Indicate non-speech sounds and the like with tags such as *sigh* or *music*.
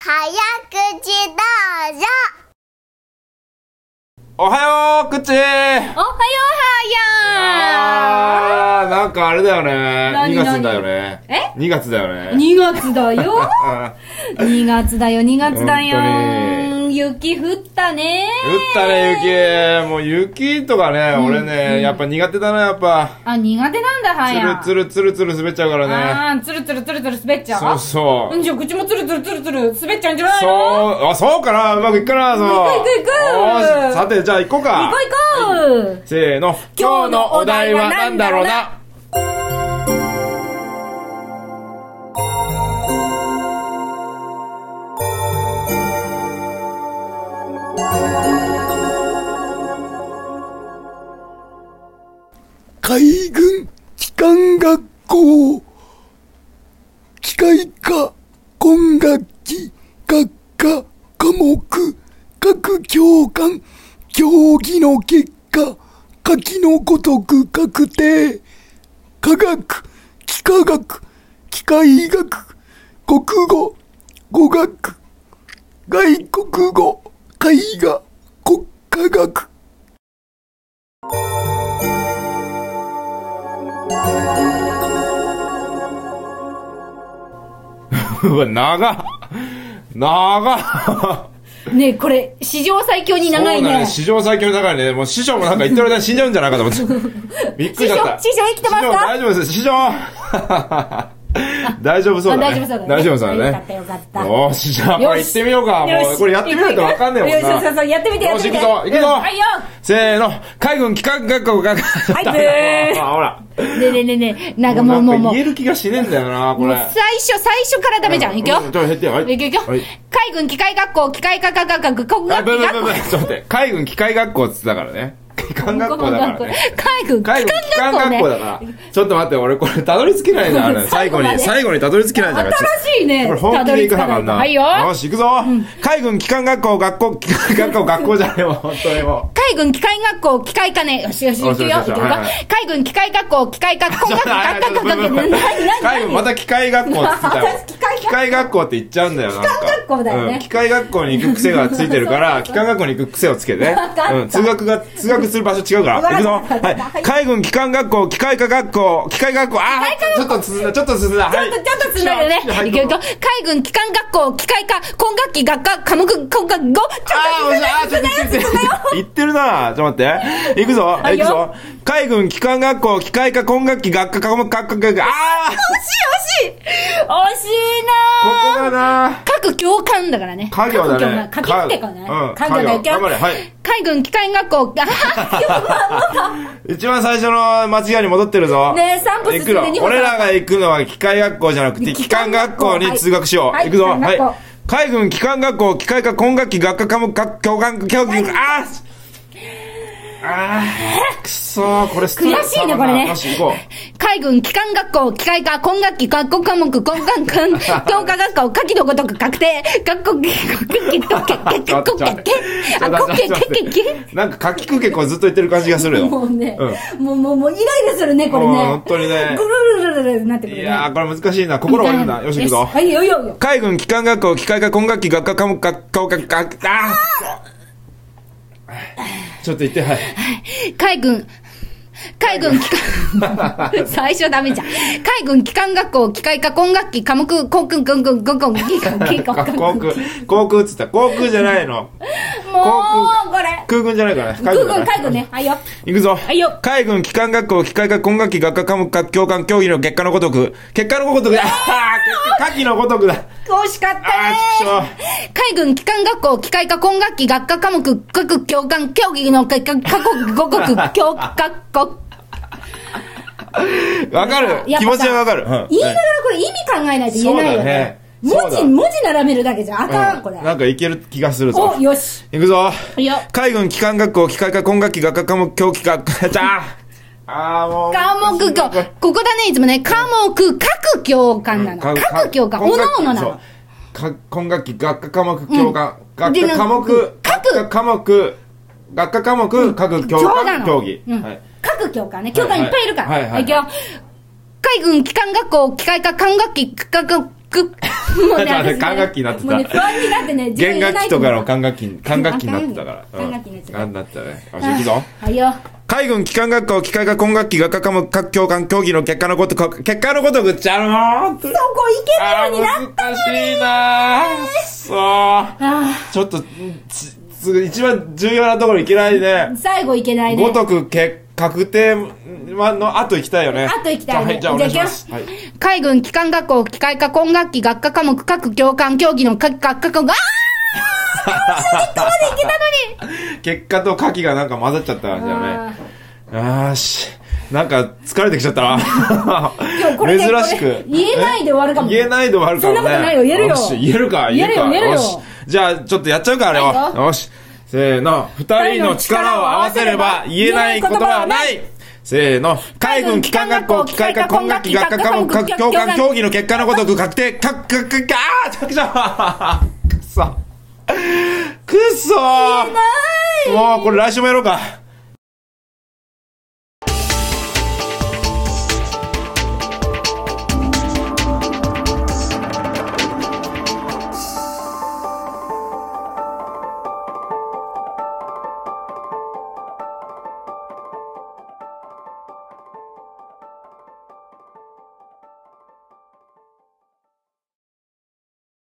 早口道場おはようくっちーおはようはやあーなんかあれだよね何2月だよねえ2月だよーんね2月だよあ2月だよ2月だよ本ー雪降ったねー降ったね雪もう雪とかね俺ねやっぱ苦手だなやっぱあ苦手なんだはつやるつるつるつる滑っちゃうからねあーつるつるつるつる滑っちゃそううそうんうじゃあ口もつるつるつるつる滑っちゃうんじゃないそうのあそうかなうまくいくかなそういくいくいくよしさてじゃあ行こうか行こう行こうせーの今日のお題は何だろうな海軍機関学校機械科今学期学科科目各教官競技の結果下記のごとく確定科学幾何学機械学国語語学外国語絵画国家学 *laughs* うわ長っ長っねえこれ史上最強に長いそうだねね史上最強の中にね、もう師匠もなんか言ってる間に死んじゃうんじゃないかと思 *laughs* って。びっくりしちゃった。師匠師匠生きてます師か匠大丈夫です、師匠 *laughs* 大丈夫そうあだね大丈夫そうだね。大丈夫そうだよかったね。よかった。よし、じゃあ、これ行ってみようか。よしもう、これやってみないとわかんねえもんよしそうそうそな。う、やってみて、やよっし、て行みくて。ぞ、行くぞはいよせーの、海軍機関学校が、はい *laughs* ブーほら。ねえねえねえねえ、なんかもうもうなもんか。う言える気がしねえんだよな、こもうれ。最初、最初からダメじゃん。いくよ。うんちょっと減ってよはいいくよいくよはい海軍機械学校、機械科科科学、国あ、学ぶ機ぶぶぶ、ち学ょっと待って。海軍機械学校っつってたからね。機関学校だからね。海軍機海関軍機関学校学ね校。だから、ちょっと待って、俺これたどり着けない *laughs* な、あれ最最後後まに、で最後にたどり着けないじゃん。新しいねこれ本気で行かなあかんな。たどり着かないとはいよし、行くぞ海軍機関学校、学校、機関学校、学校じゃねえよ、本当にもう。海軍機械学校、機械科ね。よしよし、よいしくよよ。しよし行くよはいはい海軍機械学校、機械科工学、学科科科学、何、海軍、何、ま何た機械学校って言ってたよ私機械学。校機械学校って言っちゃうんだよ、なんか。機関学校だよねうん機械学校に行く癖がついてるから、機関学校に行く癖をつけて。うん、通学が、通学する場所違うから。行くぞわかったはい。海軍、機関学校、機械科学校、機械学校、あーちょっと進んだ、ちょっと進んだ。はい。ちょっとつながるね。はいいくよいくよ海軍機関学校、機械科、今学期、学科、科目、工学、語。 *laughs* ちょああ、っとちょっと待って。言ってるな。ちょっと待って。行くぞ。い行くよぞ。海軍機関学校、機械科、今学期、学科、科目、科学、学科。あ惜しい、惜しい惜しいなあ、ーここだな。各教官だからね。家業だね。各教官家業ってかね。うん。家業だよ。家業頑張れ。はい。海軍機関学校、 *laughs* 一番最初の間違いに戻ってるぞ。ねえ三歩進んで行く二の。歩俺らが行くのは機械学校じゃなくて、機機関関学学校校に通学しよう。はい行くぞ。はいは機関い学校。海軍機関学校、機械科、今学期、学科、科目、学教官、教官、ああああ、くそー、これストレス悔しいねたまんなこれねよし、行こう。海軍機関学校、機械科、今学期、学校科目、今学 *laughs* 科、教科学校、下記のごとく確定、学校、ちょっと待ってあ、こけ、け、け、け。なんか、かきくけこうずっと言ってる感じがするよ。もうねうん、もう、もう、もう、イライラするね、これもねう。本当にねぐるるるるるるなってくいるね。やー、これ難しいな。心折れるな。よし、行くぞ。はい、よいよいよ。海軍機関学校、機械科、今学期、学科、科目、学科、学科、学科、あーちょっと言って、はい。海軍、海軍機関、最初ダメじゃん。海軍機関学校、機械科、今学期、科目、航空、軍軍、軍軍、技官、技官、航空、航空っつった。航空じゃないの。もう、これ。空軍じゃないからね。空だ軍、ね海軍ね。はいよ。行くぞ。いよ海軍機関学校、機械科、今学期、学科、科目、学教官、競技の結果のごとく。結果のごとくだ。あー結果、下記のごとくだ。惜しかったねあー、ちくしょう。海軍機関学校、機械科、今学期、学科科目、各教官、競技の結果、過去、五国、教科、国。わかるやっぱさ気持ちはわかる。うん言いながらこれ意味考えないと言えないそうよだねね。そう文だ字、文字並べるだけじゃあかうんん、これ。なんかいける気がするぞお、。よし。行くぞ。いよ海軍機関学校、機械科、今学期、学科科目、狂気科、じゃあ。あーもう。科目教、ここだね、いつもね、科目、各教官なの。か各教官、かおのおのなそうの。か今学期、学科科目、教官、学で科なん科目、うん学科科目、学科科目、各教教な官、の。競技。うんはい各教官ね、教官いっぱいいるかはいはい *laughs* ら。いくよ。海軍機関学校、機械科、管楽器、科学、もうね、ちょっと待っ私てね管楽器になってたもうね、不安になってね、弦楽器とかの管楽器、管楽器にあなっ管楽器てたから。管楽器になってたうんなってたね。よし、行くぞ。はいよ。海軍機関学校機械科工学機学科科目各教官競技の結果のことく結果のことくじゃろーんそこそこ行けるようになっ難しいなーそうあちょっとつつ一番重要なところ行けないねー最後いけないね。ごとくけ確定の後行きたいよね後行きたいねじゃあはいじゃあお願いしますじはい海軍機関学校機械科今学期学科科目各教官競技の各学科科目、あ *laughs* ーどうしてここまでいけたのに結果と牡蠣がなんか混ざっちゃった感じだねあーしなんか疲れてきちゃった *laughs* な今日これね珍しくこれ言えないで終わるかも言えないで終わるかもねそんなことないよ言えるよし言えるか言えるよか言えるよしじゃあちょっとやっちゃうかあれをはいよよしせーの二人の力を合わせれば言えない言葉はないせーの海軍機関学校機械科工学機学科科目各教官競技の結果のごとく確定かかかかあー着座くそくそないもうこれ来週もやろうか